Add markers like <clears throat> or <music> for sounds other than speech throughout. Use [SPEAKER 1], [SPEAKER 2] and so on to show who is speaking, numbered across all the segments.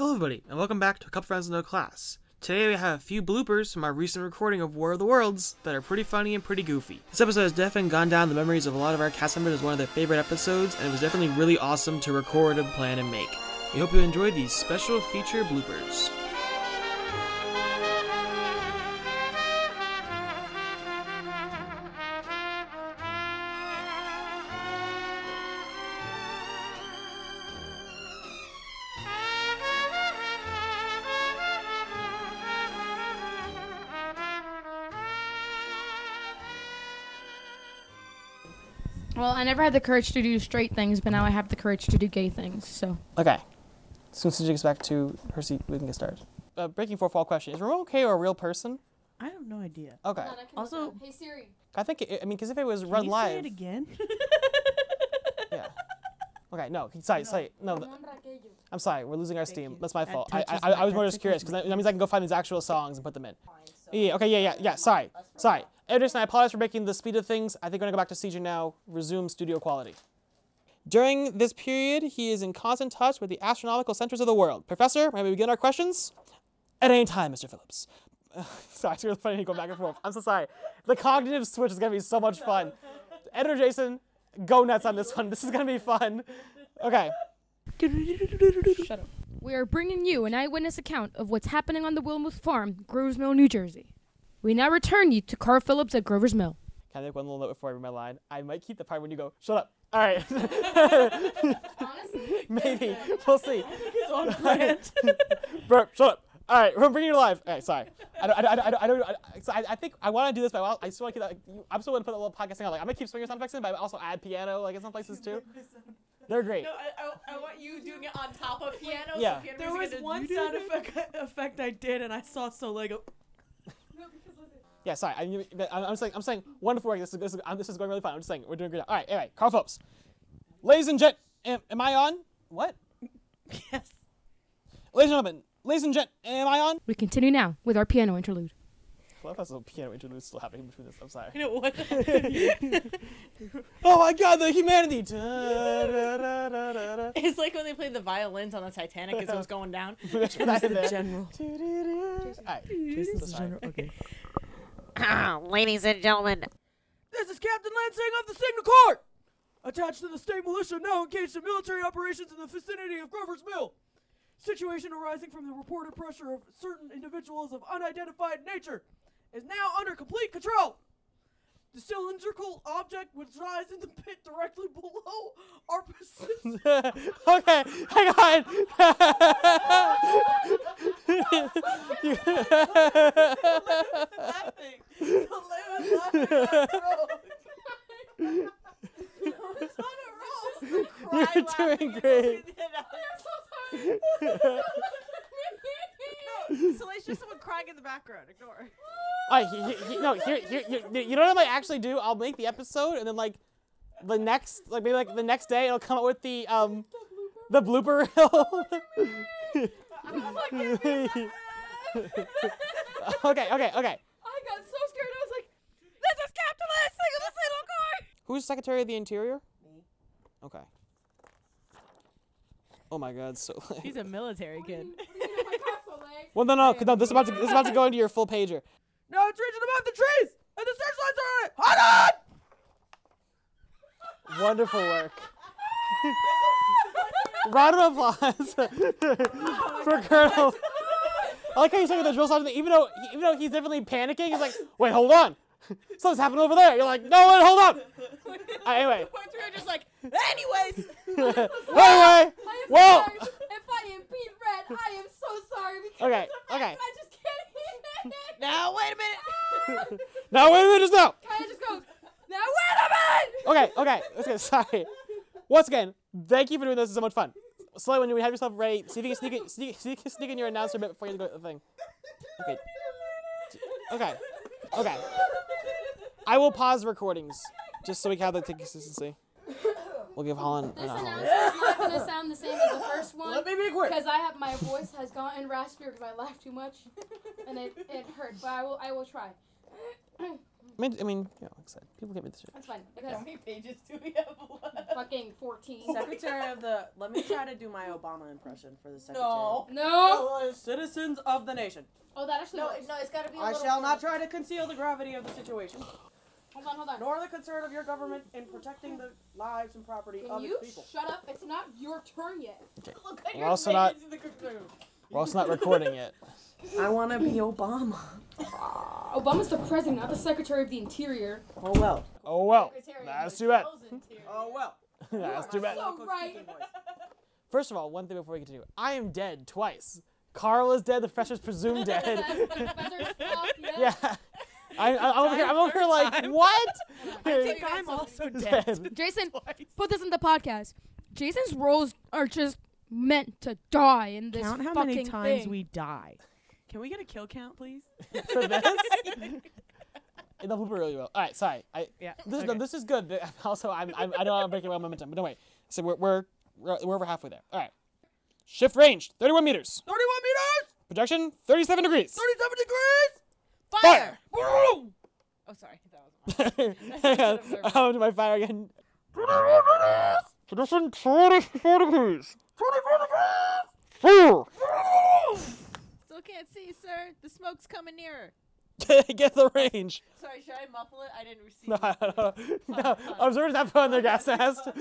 [SPEAKER 1] everybody, and welcome back to Cup Friends No Class. Today we have a few bloopers from our recent recording of War of the Worlds that are pretty funny and pretty goofy. This episode has definitely gone down the memories of a lot of our cast members as one of their favorite episodes, and it was definitely really awesome to record and plan and make. We hope you enjoy these special feature bloopers.
[SPEAKER 2] Well, I never had the courage to do straight things, but now I have the courage to do gay things. So
[SPEAKER 1] Okay. As soon as she gets back to her seat, we can get started. Uh, breaking fourth wall question: Is Ramon K. a real person?
[SPEAKER 3] I have no idea.
[SPEAKER 1] Okay.
[SPEAKER 3] Also-
[SPEAKER 4] hey Siri.
[SPEAKER 1] I think it, I mean because if it was
[SPEAKER 3] Can
[SPEAKER 1] run
[SPEAKER 3] you
[SPEAKER 1] live,
[SPEAKER 3] Say it again. <laughs>
[SPEAKER 1] yeah. Okay, no, sorry, sorry, no, th-
[SPEAKER 4] Nombra aquello.
[SPEAKER 1] I'm sorry, we're losing our steam.
[SPEAKER 3] you.
[SPEAKER 1] That's my
[SPEAKER 3] That
[SPEAKER 1] fault. I, I,
[SPEAKER 3] touches
[SPEAKER 1] I,
[SPEAKER 3] my-
[SPEAKER 1] I was more
[SPEAKER 3] that
[SPEAKER 1] just curious
[SPEAKER 3] tickles
[SPEAKER 1] because that, that means I can go find these actual songs and put them in. Yeah, okay, yeah, yeah, yeah. Sorry, sorry. Anderson, I apologize for breaking the speed of things. I think we're gonna go back to CJ now. Resume studio quality. During this period, he is in constant touch with the astronomical centers of the world. Professor, may we begin our questions? At any time, Mr. Phillips. <laughs> sorry, it's really funny going back and forth. I'm so sorry. The cognitive switch is gonna be so much fun. Editor Jason, go nuts on this one. This is gonna be fun. Okay.
[SPEAKER 2] we are bringing you an eyewitness account of what's happening on the Wilmoth Farm, Grover's Mill, New Jersey. We now return you to Carl Phillips at Grover's Mill.
[SPEAKER 1] Can I make one little note before I read my line? I might keep the part when you go, shut up. All right. <laughs> Maybe. We'll see. <laughs> Bro, shut up. All right, we're bringing you live. All right, sorry. I don't, I don't, I don't, I don't, I, don't- so I, I think I want to do this, but I, wa- I still want to keep that, like, I'm still going to put a little podcasting on. Like, I'm going to keep swinger sound effects in, but I also add piano, like, in some places
[SPEAKER 5] <laughs>
[SPEAKER 1] too. They're great.
[SPEAKER 5] No, I, I, I want you doing it on top of piano.
[SPEAKER 1] Yeah.
[SPEAKER 5] So piano
[SPEAKER 3] there was
[SPEAKER 5] music is a-
[SPEAKER 3] one
[SPEAKER 5] you do
[SPEAKER 3] sound
[SPEAKER 5] it.
[SPEAKER 3] effect, <laughs> effect I did, and I saw so Lego.
[SPEAKER 1] Yeah, sorry. I, knew- but I'm, I'm saying, I'm saying wonderful work. This is, this is, I'm, this is going really fine. I'm just saying, we're doing great. All right, anyway, Carl Phillips. Ladies and gent, am, am I on? What?
[SPEAKER 3] Yes.
[SPEAKER 1] Ladies and gentlemen, ladies and gent, am I on?
[SPEAKER 2] We continue now with our piano interlude.
[SPEAKER 1] Well, that's a piano interlude still happening between this. I'm sorry.
[SPEAKER 3] You know what?
[SPEAKER 1] Oh my god, the humanity! Da-da-da-da-da.
[SPEAKER 5] <laughs> It's like when they played the violins on the Titanic as it was going down.
[SPEAKER 1] Let's put that in
[SPEAKER 3] <laughs>
[SPEAKER 1] there.
[SPEAKER 3] General.
[SPEAKER 1] Do-do-do. Alright,
[SPEAKER 3] Jason's
[SPEAKER 1] sorry.
[SPEAKER 3] general. Okay.
[SPEAKER 4] <clears throat> Ladies and gentlemen,
[SPEAKER 3] <laughs> This is Captain Lansing of the Signal Corps, attached to the state militia now engaged in military operations in the vicinity of Grover's Mill. Situation arising from the reported pressure of certain individuals of unidentified nature is now under complete control. The cylindrical object which lies in the pit directly below
[SPEAKER 1] <laughs>
[SPEAKER 3] our <laughs> position.
[SPEAKER 1] <laughs> okay, hang on. <laughs> <laughs>
[SPEAKER 3] laughing. was laughing at Rose. Rose on a
[SPEAKER 5] <laughs>
[SPEAKER 3] Rose.
[SPEAKER 1] You're doing <laughs> great.
[SPEAKER 5] so it's just someone crying in the background. Ignore.
[SPEAKER 1] Alright, he- he- he- no, here, here, here, you know what I might actually do? I'll make the episode and then like the next, like maybe like the next day, it'll come up with the um, the blooper <laughs> reel. okay, okay, okay.
[SPEAKER 4] I got so scared. I was like, "This is capitalistic of this little car."
[SPEAKER 1] Who's Secretary of the Interior? Me. Okay. Oh my God! So. <laughs>
[SPEAKER 5] He's a military <laughs> kid.
[SPEAKER 1] well, no, no, 'cause no. This is about to this is about to go into your full pager.
[SPEAKER 3] Now it's reaching above the trees, and the searchlights are on it. Hold on!
[SPEAKER 1] Wonderful work. Round of applause for Colonel. I like how he's talking the drill sergeant. Even though even though he's definitely panicking, he's like, "Wait, hold on, something's happening over there." You're like, "No, wait, hold on." Uh, anyway,
[SPEAKER 4] <laughs>
[SPEAKER 5] Part three, I'm just like, anyways.
[SPEAKER 1] anyway,
[SPEAKER 4] I am
[SPEAKER 1] Whoa!
[SPEAKER 4] sorry. <laughs> If I am beat red, I am so sorry. Because
[SPEAKER 1] Okay,
[SPEAKER 4] of the fact
[SPEAKER 1] okay.
[SPEAKER 4] that I just can't hear it.
[SPEAKER 5] now wait a minute.
[SPEAKER 1] now wait a minute, just now.
[SPEAKER 4] Kaya just goes, "Now wait a minute."
[SPEAKER 1] okay, okay. Let's get sorry. Once again, thank you for doing this. It's so much fun. Slowly, when you have yourself ready, see if you can sneak, in, sneak, sneak, sneak in your announcer bit before you go to the thing.
[SPEAKER 4] <laughs>
[SPEAKER 1] Okay. Okay. Okay. I will pause recordings just so we can have the consistency. We'll give Holland an
[SPEAKER 4] This
[SPEAKER 1] hour.
[SPEAKER 4] announcement is not gonna sound the same as the first one
[SPEAKER 3] Let me be quick.
[SPEAKER 4] because I have my voice has gotten raspier because I laughed too much, and it, it hurt. But I will I will try.
[SPEAKER 1] I mean, I mean, you know, like I said, people get me this shit.
[SPEAKER 6] That's fine.
[SPEAKER 4] How
[SPEAKER 6] Because
[SPEAKER 4] many pages do we have left?
[SPEAKER 6] fucking 14.
[SPEAKER 5] Secretary of the. Let me try to do my Obama impression for the secretary.
[SPEAKER 4] No.
[SPEAKER 6] No!
[SPEAKER 5] Fellow Citizens of the nation,
[SPEAKER 6] Oh, that actually
[SPEAKER 4] No,
[SPEAKER 6] works.
[SPEAKER 4] it- no, it's gotta be. a
[SPEAKER 5] I
[SPEAKER 4] little
[SPEAKER 5] shall
[SPEAKER 4] more-
[SPEAKER 5] not try to conceal the gravity of the situation,
[SPEAKER 6] Hold on, hold on.
[SPEAKER 5] nor the concern of your government in protecting the lives and property
[SPEAKER 6] Can
[SPEAKER 5] of
[SPEAKER 6] you
[SPEAKER 5] its people.
[SPEAKER 6] shut up? It's not your turn yet.
[SPEAKER 4] Look at
[SPEAKER 1] We're
[SPEAKER 4] your
[SPEAKER 1] also
[SPEAKER 4] face
[SPEAKER 1] not-
[SPEAKER 4] in the computer.
[SPEAKER 1] We're also not recording yet.
[SPEAKER 5] I want to be Obama.
[SPEAKER 6] Obama's the president, not the secretary of the
[SPEAKER 2] <laughs>
[SPEAKER 6] interior.
[SPEAKER 5] Oh well.
[SPEAKER 1] Oh well,
[SPEAKER 4] Secretary of
[SPEAKER 1] that's
[SPEAKER 4] the
[SPEAKER 1] too bad.
[SPEAKER 4] Chosen Team.
[SPEAKER 5] Oh well.
[SPEAKER 1] that's too
[SPEAKER 5] My
[SPEAKER 1] bad.
[SPEAKER 6] so
[SPEAKER 5] political
[SPEAKER 6] Oh, right. <laughs>
[SPEAKER 5] speaking voice.
[SPEAKER 1] First of all, one thing before we continue, I am dead twice. Carl is dead. The freshers presumed
[SPEAKER 5] <laughs>
[SPEAKER 1] dead.
[SPEAKER 2] <laughs>
[SPEAKER 6] Professor Spock, yeah.
[SPEAKER 1] yeah, I, I, I'm over here. I'm over here like what?
[SPEAKER 5] I think I'm
[SPEAKER 1] <laughs>
[SPEAKER 5] also dead.
[SPEAKER 2] Jason, put this in the podcast. Jason's roles are just meant to die in this
[SPEAKER 5] Count how
[SPEAKER 2] fucking
[SPEAKER 5] many times
[SPEAKER 2] thing.
[SPEAKER 5] we die. Can we get a kill count, please?
[SPEAKER 1] for
[SPEAKER 5] <laughs>
[SPEAKER 1] this. In the blooper really well. All right, sorry. I
[SPEAKER 5] Yeah,
[SPEAKER 1] This
[SPEAKER 5] okay.
[SPEAKER 1] no, this is good. but <laughs> Also, I'm, I'm I know I'm breaking my momentum, but don't worry. So we're we're we're, we're over halfway there. All right. Shift range, 31 meters.
[SPEAKER 3] 31 meters,
[SPEAKER 1] Projection, 37
[SPEAKER 5] <laughs>
[SPEAKER 1] degrees.
[SPEAKER 3] 37 degrees.
[SPEAKER 1] Fire!
[SPEAKER 3] Boom!
[SPEAKER 4] Oh, sorry. That
[SPEAKER 1] <laughs>
[SPEAKER 4] was
[SPEAKER 1] Hang on, <laughs> I'll do my fire again. Projection, 44 degrees. 44
[SPEAKER 4] Still can't see, sir. The smoke's coming
[SPEAKER 1] degrees.
[SPEAKER 4] nearer.
[SPEAKER 1] Four. <laughs> Get the range.
[SPEAKER 4] Sorry, should I muffle it? I didn't
[SPEAKER 1] <laughs>
[SPEAKER 4] receive.
[SPEAKER 1] No,
[SPEAKER 4] it.
[SPEAKER 1] I don't know. No,
[SPEAKER 5] <laughs>
[SPEAKER 1] observe that put on their <laughs> gas mask.
[SPEAKER 4] <laughs> What?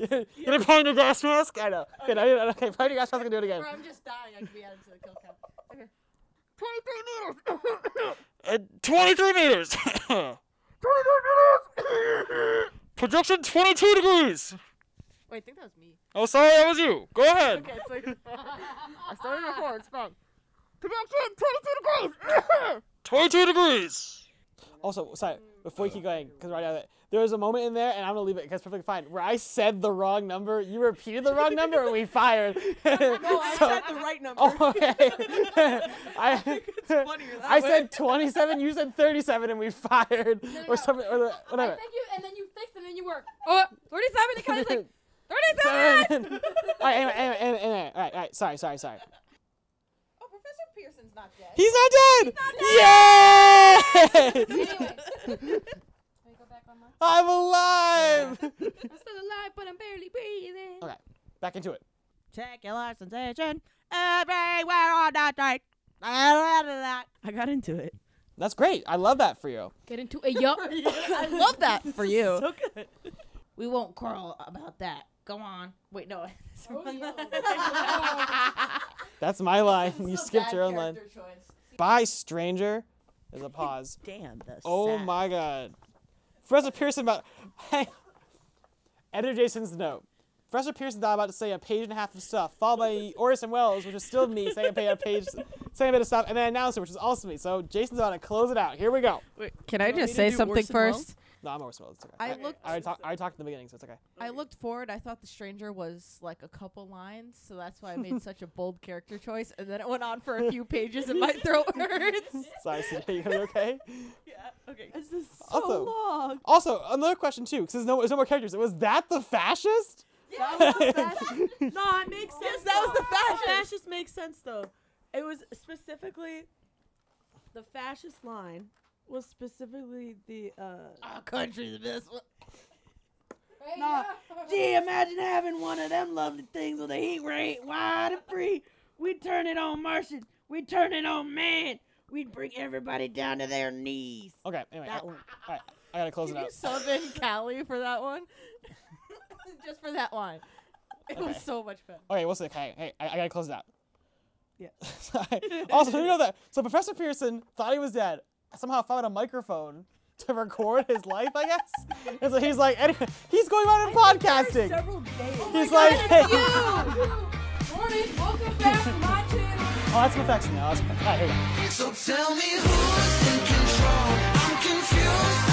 [SPEAKER 1] <laughs> Get a put on your gas mask. I know. Okay, no, you know, okay put on your gas mask and do it again.
[SPEAKER 4] Bro, I'm just dying. I could be added to the kill count.
[SPEAKER 1] Uh, 23 meters. <laughs> 23 meters. Projection 22 degrees.
[SPEAKER 4] Wait, I think that was me.
[SPEAKER 1] Oh, sorry, that was you. Go ahead.
[SPEAKER 4] Okay, it's <laughs> like I started before. It's fine. Projection 22 degrees.
[SPEAKER 1] 22 degrees. Also, sorry, before you keep going, because right out of it, there was a moment in there, and I'm gonna leave it because perfectly fine. Where I said the wrong number, you repeated the wrong number, and we fired.
[SPEAKER 5] No, I
[SPEAKER 1] So- <laughs>
[SPEAKER 5] said the right number.
[SPEAKER 1] Oh, okay. I,
[SPEAKER 5] Funnier that
[SPEAKER 1] I
[SPEAKER 5] way.
[SPEAKER 1] said 27, you said 37, and we fired,
[SPEAKER 6] no, no.
[SPEAKER 1] or something, or the-
[SPEAKER 6] I
[SPEAKER 1] whatever.
[SPEAKER 6] thank you, and then you fixed, and then you were.
[SPEAKER 2] Oh, 37, it kind of like, 37!
[SPEAKER 1] Seven. <laughs> all right, anyway, anyway, anyway, anyway, all right, all right. Sorry, sorry, sorry.
[SPEAKER 4] Oh, Professor Pearson's not dead.
[SPEAKER 1] He's not dead. Yay!
[SPEAKER 6] Anyway.
[SPEAKER 1] <laughs>
[SPEAKER 6] Can we go back online?
[SPEAKER 1] I'm alive.
[SPEAKER 6] I'm still alive, but I'm barely breathing.
[SPEAKER 1] okay, back into it.
[SPEAKER 5] Check your licensation everywhere on that night. I got into it.
[SPEAKER 1] That's great. I love that for you.
[SPEAKER 2] Get into a yup.
[SPEAKER 4] I love that for you.
[SPEAKER 5] So good.
[SPEAKER 4] We won't quarrel about that. Go on. Wait, no. <laughs>
[SPEAKER 1] That's my line. You skipped your own line. Bye, stranger. There's a
[SPEAKER 4] <laughs>
[SPEAKER 1] pause.
[SPEAKER 5] Damn the
[SPEAKER 1] Oh
[SPEAKER 5] sass.
[SPEAKER 1] my god. Professor Pearson about. <laughs> Hey. Editor Jason's note. Professor Pearson thought about to say a page and a half of stuff, followed
[SPEAKER 4] <laughs>
[SPEAKER 1] by Orson Welles, which is still me, saying a page, a page, saying a bit of stuff, and then announcer, which is also me. So Jason's about to close it out. Here we go.
[SPEAKER 5] Wait,
[SPEAKER 7] Can I
[SPEAKER 5] want
[SPEAKER 7] just
[SPEAKER 5] me to
[SPEAKER 7] say
[SPEAKER 5] do
[SPEAKER 7] something
[SPEAKER 5] Orson Welles?
[SPEAKER 7] first?
[SPEAKER 1] No, I'm Orson Welles. It's okay.
[SPEAKER 4] I
[SPEAKER 1] I,
[SPEAKER 4] looked-
[SPEAKER 1] I already, talk, I already talked in the beginning, so it's okay.
[SPEAKER 4] I looked forward. I thought the stranger was like a couple lines, so that's why I made such a bold character choice. And then it went on for a few pages, and my throat hurts.
[SPEAKER 1] Sorry, CJ, <laughs> you gonna be okay?
[SPEAKER 5] Okay.
[SPEAKER 4] This is <laughs> so
[SPEAKER 1] Also-
[SPEAKER 4] long.
[SPEAKER 1] Also, another question too, because there's no, there's no more characters. Was that the fascist? <laughs>
[SPEAKER 5] <laughs> No, it makes sense.
[SPEAKER 4] Yes, that was the
[SPEAKER 5] though.
[SPEAKER 4] fascist.
[SPEAKER 5] Fascist makes sense though. It was specifically the fascist line was specifically the uh
[SPEAKER 4] Our country's the best one.
[SPEAKER 6] Hey,
[SPEAKER 5] Nah.
[SPEAKER 6] yeah.
[SPEAKER 5] Gee, imagine having one of them lovely things with a heat ray wide and free. We turn it on Martian. We turn it on man. We'd bring everybody down to their knees.
[SPEAKER 1] Okay, anyway, I,
[SPEAKER 5] That
[SPEAKER 1] all
[SPEAKER 5] one.
[SPEAKER 1] right, I gotta close
[SPEAKER 4] Can
[SPEAKER 1] it
[SPEAKER 4] you
[SPEAKER 1] out.
[SPEAKER 4] sub in Callie for that one? <laughs> Just for that line. It
[SPEAKER 1] Okay.
[SPEAKER 4] was so much fun.
[SPEAKER 1] Okay, we'll see. Okay, hey, I, I gotta close it out.
[SPEAKER 5] Yeah.
[SPEAKER 1] <laughs>
[SPEAKER 6] <laughs>
[SPEAKER 1] Sorry. also, you know that. So Professor Pearson thought he was dead. Somehow found a microphone to record his life, I guess. And so he's like, anyway, he's going out and podcasting.
[SPEAKER 5] Several days.
[SPEAKER 1] He's like, hey, oh, <laughs>
[SPEAKER 6] Morning, welcome back to my channel.
[SPEAKER 1] Oh, that's some effects now. That's some effects. All right, here we go.
[SPEAKER 8] So tell me who's in control. I'm confused.